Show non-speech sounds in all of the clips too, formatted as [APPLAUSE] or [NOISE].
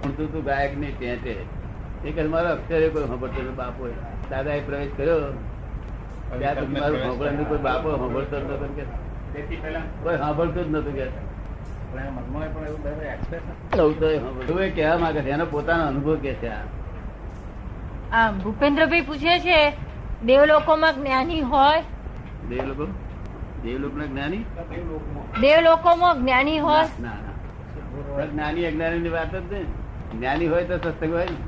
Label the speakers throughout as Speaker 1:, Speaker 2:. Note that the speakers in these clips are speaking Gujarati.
Speaker 1: ભણતું હતું ગાયક ની ટેટે એ કહે મારો અક્ષરે કોઈ સાંભળતો હતો બાપો દાદાએ પ્રવેશ કર્યો ત્યાં સુધી મારું સાંભળવાનું કોઈ બાપો સાંભળતો જ નતો કે
Speaker 2: તેથી પહેલા
Speaker 1: કોઈ સાંભળતું જ નતું કે
Speaker 2: પણ એના મનમાં પણ એવું બરાબર એક્સપ્રેસ
Speaker 1: એવું તો એ સાંભળતું. હવે કહેવા માંગે છે એનો પોતાનો અનુભવ કે છે આ
Speaker 3: આ ભૂપેન્દ્રભાઈ પૂછે છે દેવલોકોમાં જ્ઞાની હોય
Speaker 1: દેવ લોકો દેવ લોકો જ્ઞાની
Speaker 3: દેવલોકોમાં જ્ઞાની
Speaker 1: ના
Speaker 3: હોય
Speaker 1: ના પણ જ્ઞાની અજ્ઞાની ની વાત જ નહીં જ્ઞાની હોય તો સત્સંગ હોય ને.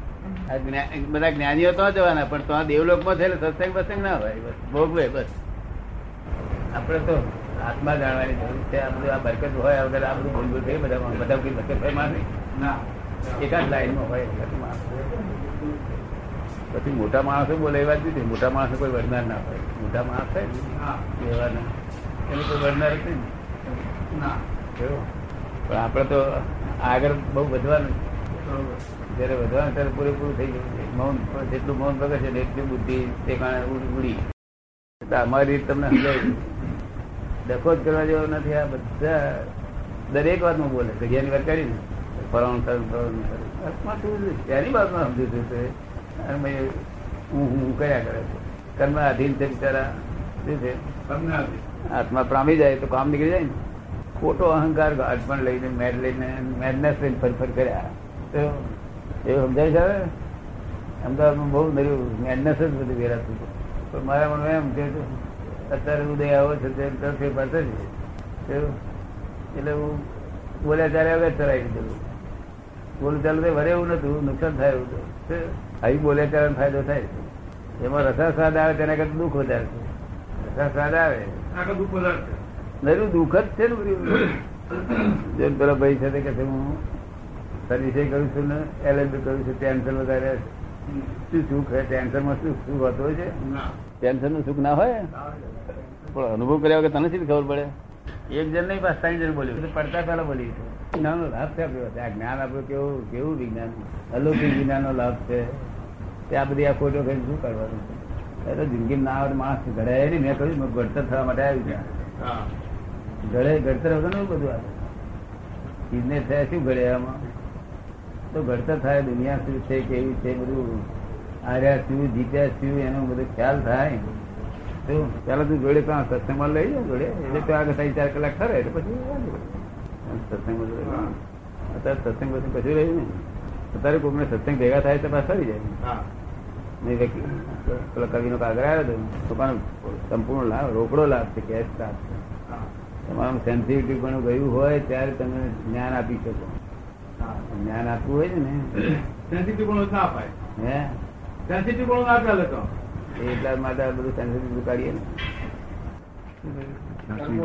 Speaker 1: આ જ્ઞા- બધા જ્ઞાનીઓ તો જવાના પણ તો દેવલોક માં થયેલો સત્સંગ બસંગ ના હોય બસ ભોગવે બસ આપણે તો આત્મા જાણવાની જરૂર છે આ બધું આ બરકત હોય આ વગર આ બધું ભૂલભૂલ થઈ બધા બધા કોઈ બરકત હોય મારે
Speaker 2: ના
Speaker 1: એકાદ લાઈનમાં હોય એકાદ માણસ. પછી મોટા માણસો બોલે એ વાત જુદી મોટા માણસો કોઈ વરનાર ના હોય મોટા માણસ હોય
Speaker 2: હા
Speaker 1: ને એવા ના એને કોઈ વરનાર જ નહીં
Speaker 2: ના
Speaker 1: એવું. પણ આપણે તો આગળ બહુ વધવાનું છે.
Speaker 2: બરોબર
Speaker 1: જ્યારે વધવાનું ત્યારે પૂરેપૂરું થઈ ગયું છે. મૌન જેટલું મૌન પકડશે ને એટલી બુદ્ધિ તે કારણે ઉડ- ઉડી એટલે અમારી રીત તમને સમજાવી ડખો જ કરવા જેવો નથી આ બધા દરેક વાતમાં બોલે જગ્યાની વાત કરીને ફરવાનું થયું ફરવાનું થયું વાતમાં શું છે? ત્યાંની વાતમાં સમજુ છું તે અને મેં હું હું હું કર્યા કરે છે કર્મ અધીન છે બિચારા શું છે
Speaker 2: તમને આવી
Speaker 1: આત્મા પ્રામી જાય તો કામ નીકળી જાય ને ખોટો અહંકાર અડપણ લઈને મેડ લઈને મેડનેસ લઈને ફરફર કર્યા તો એ સમજાય છે હવે? અમદાવાદમાં બહુ નર્યું મેડનેસ જ બધું વેરાતું હતું પણ મારા મને એમ કે તો અત્યારે ઉદય આવો છે તે તો ફેરફાર થશે તો એટલે હું બોલ્યા ત્યારે હવે ચલાવી દીધું બોલું ચાલુ થાય વરે એવું નતું નુકસાન થાય એવું હતું તો આવી બોલ્યા ત્યારે ફાયદો થાય છે એમાં રસાસ્વાદ આવે તેના કરતાં દુઃખ વધારે છે રસાસ્વાદ આવે
Speaker 2: આખો દુઃખ વધારશે
Speaker 1: નરું દુઃખ જ છે ને બધું. જો ને પેલો ભાઈ છે તે કહે છે હું સર્વિસે કરું છું ને એલએલબી કરું છું ટેન્શન વધારે છે. શું સુખ છે ટેન્શનમાં શું સુખ હોતું હોય છે
Speaker 2: ના
Speaker 1: ટેન્શનનું સુખ ના હોય પણ અનુભવ કર્યા વગર તને શી ખબર પડે એક જણ નહીં પાસ ત્રણ જણ બોલ્યું એટલે પડતા પહેલા બોલી છે જ્ઞાનનો લાભ છે આપ્યો આ જ્ઞાન આપ્યું કેવું કેવું વિજ્ઞાન અલૌકિક વિજ્ઞાનનો લાભ છે તે આ બધી આ ખોટો કઈ શું કરવાનું છે અરે જિંદગીમાં ના આવે તો માણસ ઘડાય નહીં મેં કહ્યું મેં ઘડતર થવા માટે આવ્યું છે
Speaker 2: હા
Speaker 1: ઘડે ઘડતર વગર નું બધું આવે બિઝનેસ થાય શું ઘડે આમાં તો ઘડતર થાય દુનિયા શું છે કેવી છે બધું હાર્યા શું જીત્યા શું એનો બધો ખ્યાલ થાય તો ચાલો તું જોડે પણ સત્સંગમાં લઈ જાઓ જોડે એટલે તો આગળ ત્રણ ચાર કલાક ખરે એટલે પછી વાંધો નહીં. સત્સંગમાં જોડે
Speaker 2: હા.
Speaker 1: અત્યારે સત્સંગ પછી કશું રહ્યું નહીં અત્યારે કોઈને સત્સંગ ભેગા થાય તો પાછા આવી જાય
Speaker 2: હા
Speaker 1: નહીં વ્યક્તિ- પેલા કવિનો કાગળ આવ્યો હતો પોતાનો સંપૂર્ણ લાભ રોકડો લાભ છે કેશ લાભ છે
Speaker 2: હા
Speaker 1: તમારું સેન્સિટિવ પણ ગયું હોય ત્યારે તમે જ્ઞાન આપી શકો
Speaker 2: હા
Speaker 1: જ્ઞાન આપવું હોય છે
Speaker 2: સેન્સિટિવ પણ ના અપાય
Speaker 1: ને હે
Speaker 2: સેન્સિટિવ પણ ના ચાલે તો
Speaker 1: એ એટલા માટે આ બધું સેન્સિટિવ કાઢીએ ને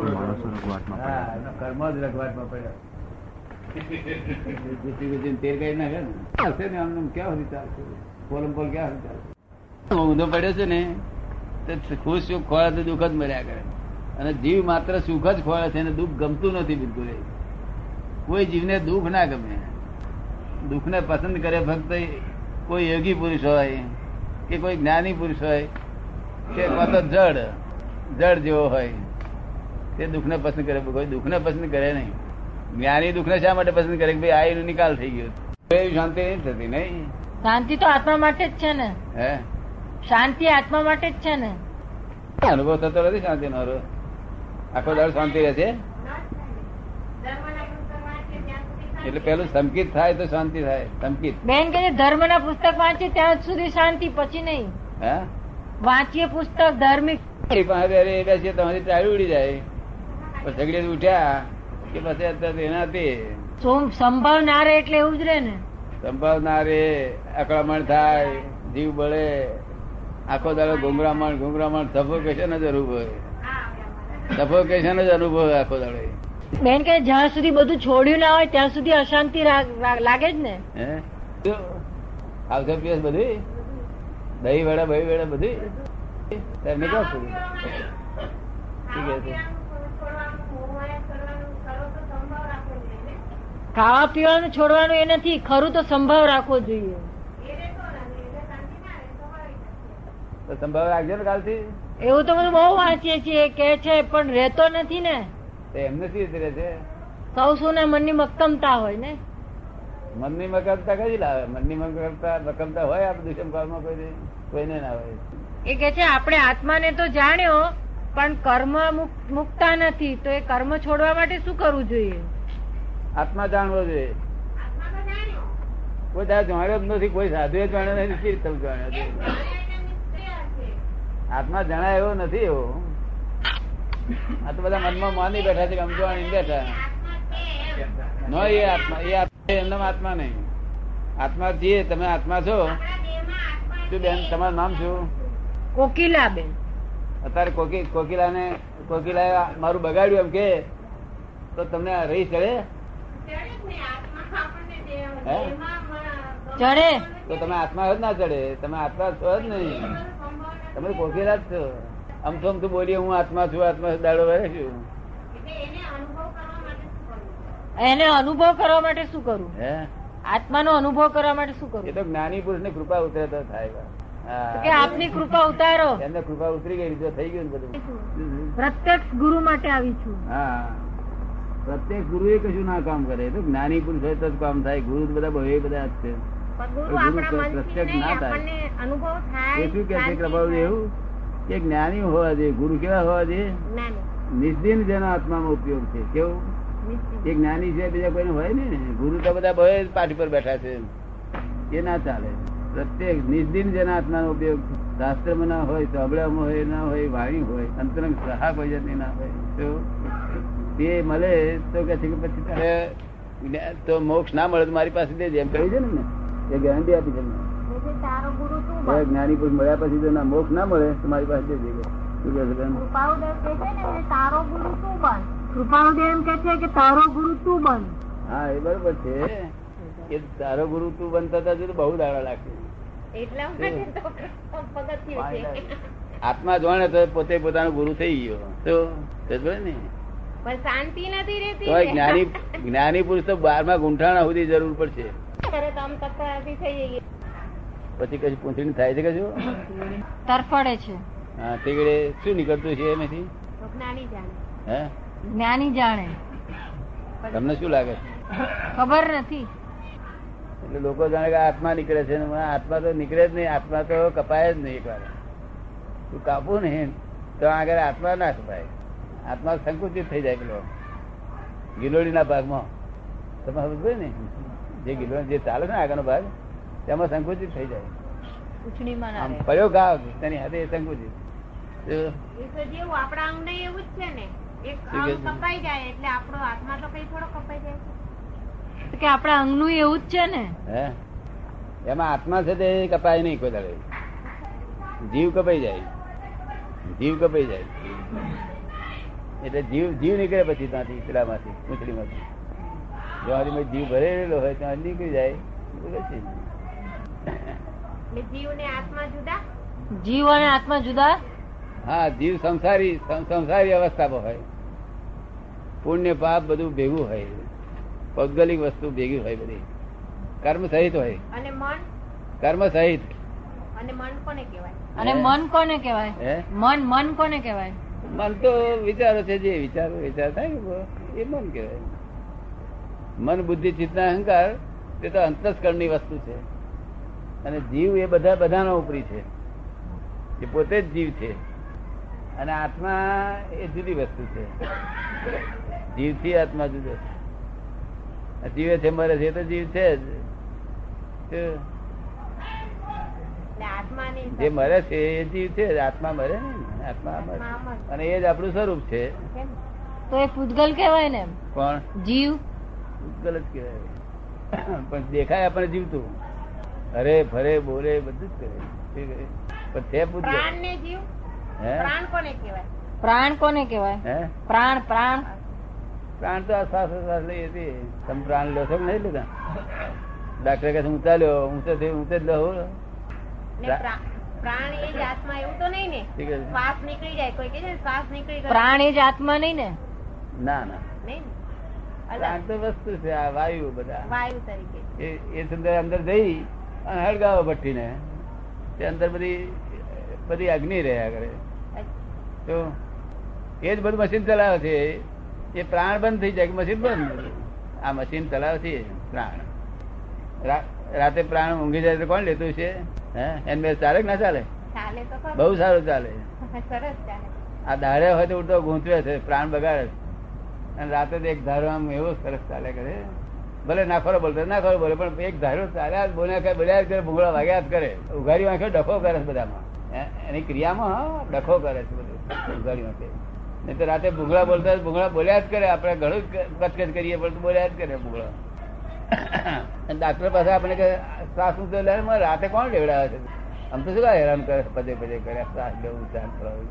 Speaker 1: હા એનો કર્મ જ રઘવાટમાં [LAUGHS] પડ્યો ઘૂસી ઘૂસીને તેર કાઢી નાખે ને હશે ને આમને આમ ક્યાં સુધી ચાલશે પોલમ પોલ ક્યાં સુધી ચાલશે ઊંધો પડ્યો છે ને તો ખુશ સુખ ખોળે તો દુઃખ જ મળ્યા કરે અને જીવ માત્ર સુખ જ ખોળે છે અને દુઃખ ગમતું નથી બિલકુલ એ. કોઈ જીવને દુઃખ ના ગમે દુઃખને પસંદ કરે ફક્ત કોઈ યોગી પુરુષ હોય કે કોઈ જ્ઞાની પુરુષ હોય કે કાં તો જડ જડ જેવો હોય તે દુઃખને પસંદ કરે કોઈ દુઃખને પસંદ કરે નહીં જ્ઞાની દુઃખને શા માટે પસંદ કરે કે ભાઈ આ એનો નિકાલ થઈ ગયો તો એવી શાંતિ નહીં થતી નહીં
Speaker 3: શાંતિ તો આત્મા માટે જ છે ને
Speaker 1: હે
Speaker 3: શાંતિ આત્મા માટે જ છે ને
Speaker 1: અનુભવ થતો નથી શાંતિ નો આખો દાડો શાંતિ રહે છે એટલે પેલું સંકિત થાય તો શાંતિ થાય સંકિત
Speaker 3: બેન કે ધર્મના પુસ્તક વાંચીએ ત્યાં સુધી શાંતિ પછી નહીં
Speaker 1: હા
Speaker 3: વાંચીએ પુસ્તક ધાર્મિક
Speaker 1: એ પાસે બેરે એ બેસીએ તમારી ટાળી ઉડી જાય પછી સગડે ઉઠ્યા કે પછી અત્યારે એના તે
Speaker 3: સોમ સંભાવ ના રહે એટલે એવું જ રહે ને
Speaker 1: સંભાવના રે અકળામણ થાય જીવ બળે આખો દાડો ગુમરામણ ગુમરામણ સફોકેશન જ અનુભવે સફોકેશન જ અનુભવે આખો દાડો એ.
Speaker 3: બેન કે જ્યાં સુધી બધું છોડ્યું ના હોય ત્યાં સુધી અશાંતિ રા- રા- લાગે જ ને
Speaker 1: હે જો, આવશે પીએસ બધી દહીં વડા બહી વડા બધી તમને કહું છું શું કહે છે
Speaker 3: ખાવા પીવાનું છોડવાનું એ નથી ખરું તો સંભાવ રાખવો જોઈએ
Speaker 1: તો સંભાવ રાખજો ને કાલથી
Speaker 3: એવું તો બધું બહુ વાંચીએ છીએ કે છે પણ રહેતો નથી ને
Speaker 1: તો એમને શી રીતે રહે છે
Speaker 3: સૌ સૌના મનની મક્તમતા હોય ને
Speaker 1: મનની મકરતા કઈ લાવે મનની મકરતા મકરતા હોય આ દુષ્મ કાળમાં કોઈ કોઈને ના હોય
Speaker 3: એ કે છે આપણે આત્માને તો જાણ્યો પણ કર્મ મુક- મુકતા નથી તો એ કર્મ છોડવા માટે શું કરવું જોઈએ
Speaker 1: આત્મા જાણવો જોઈએ કોઈ તારે જાણ્યો જ નથી કોઈ સાધુએ જાણ્યો નથી કેવી રીતે તમે જાણ્યો છે? આત્મા જણાય એવો નથી એવો આ તો બધા મનમાં માની બેઠા છે કે આમ જાણી બેઠા નો એ આત્મા એ આત્મા એ એમનામ આત્મા નહીં આત્મા છીએ તમે આત્મા છો શું બેન તમારું નામ શું
Speaker 3: કોકિલા બેન
Speaker 1: અત્યારે કોકી કોકિલાને કોકિલાએ મારું બગાડ્યું એમ કે તો તમને આ રહી ચડે હે?
Speaker 3: ચડે
Speaker 1: તો તમે આત્મા જ ના ચડે તમે આત્મા છો જ નહીં તમે કોકિલા જ છો આમ તો આમ તો બોલીએ હું આત્મા છું આત્મા છું, દાડો વરે છું
Speaker 3: એને અનુભવ કરવા માટે શું કરવું
Speaker 1: હે
Speaker 3: આત્માનો અનુભવ કરવા માટે શું
Speaker 1: એ
Speaker 3: કરવું
Speaker 1: તો જ્ઞાની પુરુષની કૃપા ઉતરે તો થાય
Speaker 3: તો
Speaker 1: હા.
Speaker 3: કે આપની કૃપા ઉતારો
Speaker 1: એમને કૃપા ઉતરી ગઈ તો થઈ ગયું ને બધું હમ.
Speaker 3: પ્રત્યક્ષ ગુરુ માટે આવી છું
Speaker 1: હા પ્રત્યેક ગુરુ એ કશું ના કામ કરે એ તો જ્ઞાની પુરુષ હોય તો જ કામ થાય ગુરુ તો બધા બહુ એ બધા જ છે ગુરુ આપણા પ્રત્યક્ષ ના થાય એ શું કે છે કૃપાળુ એવું કે જ્ઞાની હોવા જોઈએ ગુરુ કેવા હોવા જોઈએ નિસ્દિન જેના આત્મામાં ઉપયોગ છે કેવું એ જ્ઞાની છે બીજા કોઈને હોય નહીં ને ગુરુ તો બધા બહુ જ પાઠી પર બેઠા છે એ ના ચાલે પ્રત્યેક નિસ્દિન જેના આત્માનો ઉપયોગ શાસ્ત્રમાં ના હોય ચોબડામાં હોય ના હોય વાણી હોય અંતરંગ ગ્રાહક હોય જતી ના હોય તો તે મળે તો કે છે કે પછી તારે જ્ઞા- તો મોક્ષ ના મળે તો મારી પાસે દેજે એમ કહ્યું છે ને મેં. એ ગેરંટી આપી છે મેં. એ જ્ઞાની પુરુષ મળ્યા પછી જો ના મોક્ષ ના મળે તો મારી પાસે દેજે શું કહે છે બેન?
Speaker 3: કૃપાળુદેવ એમ કે છે કે તારો ગુરુ તું બન
Speaker 1: હા એ બરોબર છે એ તારો ગુરુ તું બનતા હતા હજુ તો બહુ દાડા લાગશે
Speaker 4: એટલા માટે તો [LAUGHS] પગથિયું છે
Speaker 1: આત્મા જોણે તો પોતે પોતાનો ગુરુ થઈ ગયો તો સમજ પડી ને
Speaker 4: પણ શાંતિ નથી રહેતી
Speaker 1: તો
Speaker 4: ને.
Speaker 1: એ જ્ઞાની જ્ઞાની પુરુષ તો બારમા ગુંઠાણા સુધી જરૂર પડશે
Speaker 4: ત્યારે તો આમ તકરાર બી થઈ ગઈ
Speaker 1: પછી કશું પૂંછડી થાય છે કશું
Speaker 3: તરફડે છે
Speaker 1: હા તે વેળે શું નીકળતું છે એમાંથી
Speaker 4: તો જ્ઞાની જાણે
Speaker 1: હે
Speaker 3: જ્ઞાની જાણે
Speaker 1: તમને શું લાગે છે
Speaker 3: ખબર નથી
Speaker 1: એટલે લોકો જાણે કે આ આત્મા નીકળે છે ને આ આત્મા તો નીકળે જ નહીં આત્મા તો કપાય જ નહીં એકવાર તું કાપું ને તો આગળ આત્મા ના કપાય આત્મા સંકુચિત થઈ જાય પેલો ગિલોડીના ભાગમાં તમે સમજો ને જે ગિલોડી જે ચાલે છે ને આગળનો ભાગ તેમાં સંકુચિત થઈ જાય
Speaker 3: ઉછળીમાં ના
Speaker 1: આમ
Speaker 3: રહે
Speaker 1: પડ્યો ઘાવ તેની હાથે એ સંકુચિત જો,
Speaker 4: એ તો જેવું આપણા અંગ એવું જ છે ને એક
Speaker 1: શું
Speaker 4: અંગ
Speaker 1: કહે છે?
Speaker 4: કપાઈ જાય એટલે આપણો આત્મા તો કઈ થોડો કપાઈ જાય છે.
Speaker 3: તો કે આપણા અંગનું એવું જ છે ને
Speaker 1: હે એમાં આત્મા છે તે કપાય નહીં કોઈ દાડે જીવ કપાઈ જાય જીવ કપાઈ જાય એટલે જીવ જીવ નીકળે પછી ત્યાંથી પેલામાંથી પૂંછડીમાંથી જો હારીમાં જીવ ભરેલો હોય ત્યાં નીકળી જાય નીકળે છે.
Speaker 4: એટલે જીવ ને આત્મા જુદા
Speaker 3: જીવ અને આત્મા જુદા
Speaker 1: હા જીવ સંસારી સં- સંસારી અવસ્થામાં હોય પુણ્ય પાપ બધું ભેગું હોય ભૌગોલિક વસ્તુ ભેગી હોય બધી કર્મ સહિત હોય
Speaker 4: અને મન
Speaker 1: કર્મ સહિત
Speaker 4: અને મન કોને કહેવાય
Speaker 3: અને
Speaker 1: હે?
Speaker 3: મન કોને કહેવાય
Speaker 1: હે
Speaker 3: મન મન કોને કહેવાય
Speaker 1: મન તો વિચારો છે જે વિચારો વિચાર થાય ને એ મન કહેવાય મન બુદ્ધિ ચિત્તના અહંકાર તે તો અંતસ્કરણની વસ્તુ છે અને જીવ એ બધા બધાનો ઉપરી છે એ પોતે જ જીવ છે અને આત્મા એ જુદી વસ્તુ છે જીવથી આત્મા જુદો છે. આ જીવે છે મરે છે એ તો જીવ છે જ તો
Speaker 4: એટલે આત્મા ને
Speaker 1: જે મરે છે એ જીવ છે જ. આત્મા મરે ને આત્મા મરે અને એ જ આપણું સ્વરૂપ છે
Speaker 4: કેમ
Speaker 3: તો એ પૂતગલ કહેવાય ને
Speaker 1: પણ
Speaker 3: જીવ
Speaker 1: ઉત્કલ જ કહેવાય [COUGHS] પણ દેખાય આપણે જીવતું હરે ફરે બોલે બધું જ કરે શું કરે? પણ છે પૂજ્ય
Speaker 4: પ્રાણ ને જીવ
Speaker 1: હે
Speaker 4: પ્રાણ કોને કહેવાય
Speaker 3: પ્રાણ કોને કહેવાય
Speaker 1: હે
Speaker 3: પ્રાણ પ્રાણ
Speaker 1: પ્રાણ તો આ શ્વાસ શ્વાસ લઈએ છીએ તમે પ્રાણ લો છો કે નહીં લેતા ડાક્ટર કહે છે ઊંચા લ્યો ઊંચો થયો ઊંચે જ લો
Speaker 4: ને
Speaker 1: પ્રા-
Speaker 4: પ્રા- પ્રાણ એ જ આત્મા એવું તો નહીં ને
Speaker 1: શું કહે છે?
Speaker 4: શ્વાસ નીકળી જાય કોઈ કહે છે ને શ્વાસ નીકળી ગયો
Speaker 3: પ્રાણ એ જ આત્મા નહીં ને
Speaker 1: ના ના
Speaker 4: નહીં ને અલગ
Speaker 1: પ્રાણ તો વસ્તુ છે આ વાયુ બધા
Speaker 4: વાયુ તરીકે
Speaker 1: એ એ સંદર્ભે અંદર જઈ અને હળગાવો ભઠ્ઠીને તે અંદર બધી બધી અગ્નિ રહ્યા કરે તો એ જ બધું મશીન ચલાવે છે એ પ્રાણ બંધ થઈ જાય કે મશીન બંધ આ મશીન ચલાવે છે એ પ્રાણ રા- રાતે પ્રાણ ઊંઘી જાય તો કોણ લેતું છે હે એન બે ચાલે કે ના ચાલે
Speaker 4: ચાલે તો ખરું.
Speaker 1: બહુ સારું ચાલે
Speaker 4: સરસ ચાલે
Speaker 1: આ દાડે હોય તો ઉડતો ગૂંચવે છે પ્રાણ બગાડે છે અને રાતે તો એક ધારો આમ એવો સરસ ચાલે કરે ભલે નાખોરો બોલતો નાખોરો બોલે પણ એક ધારો ચાલ્યા જ બોલ્યા કરે બોલ્યા જ કરે ભૂંગળા વાગ્યા જ કરે ઉઘાડી વાંખે ડખો કરે છે બધામાં હે? એની ક્રિયામાં હા, ડખો કરે છે બધું ઉઘાડી વાંખે નહીં તો રાતે ભૂંગળા બોલતા હોય તો ભૂંગળા બોલ્યા જ કરે આપણે ઘણું જ કચકચ કરીએ પણ બોલ્યા જ કરે ભૂંગળા [COUGHS] અને ડાક્ટર પાસે આપણે કે શ્વાસ ઊંચો લે રાતે કોણ લેવડાવે છે આમ તો શું કાંઈ હેરાન કરે પદે પદે કરે શ્વાસ લેવું ચાલ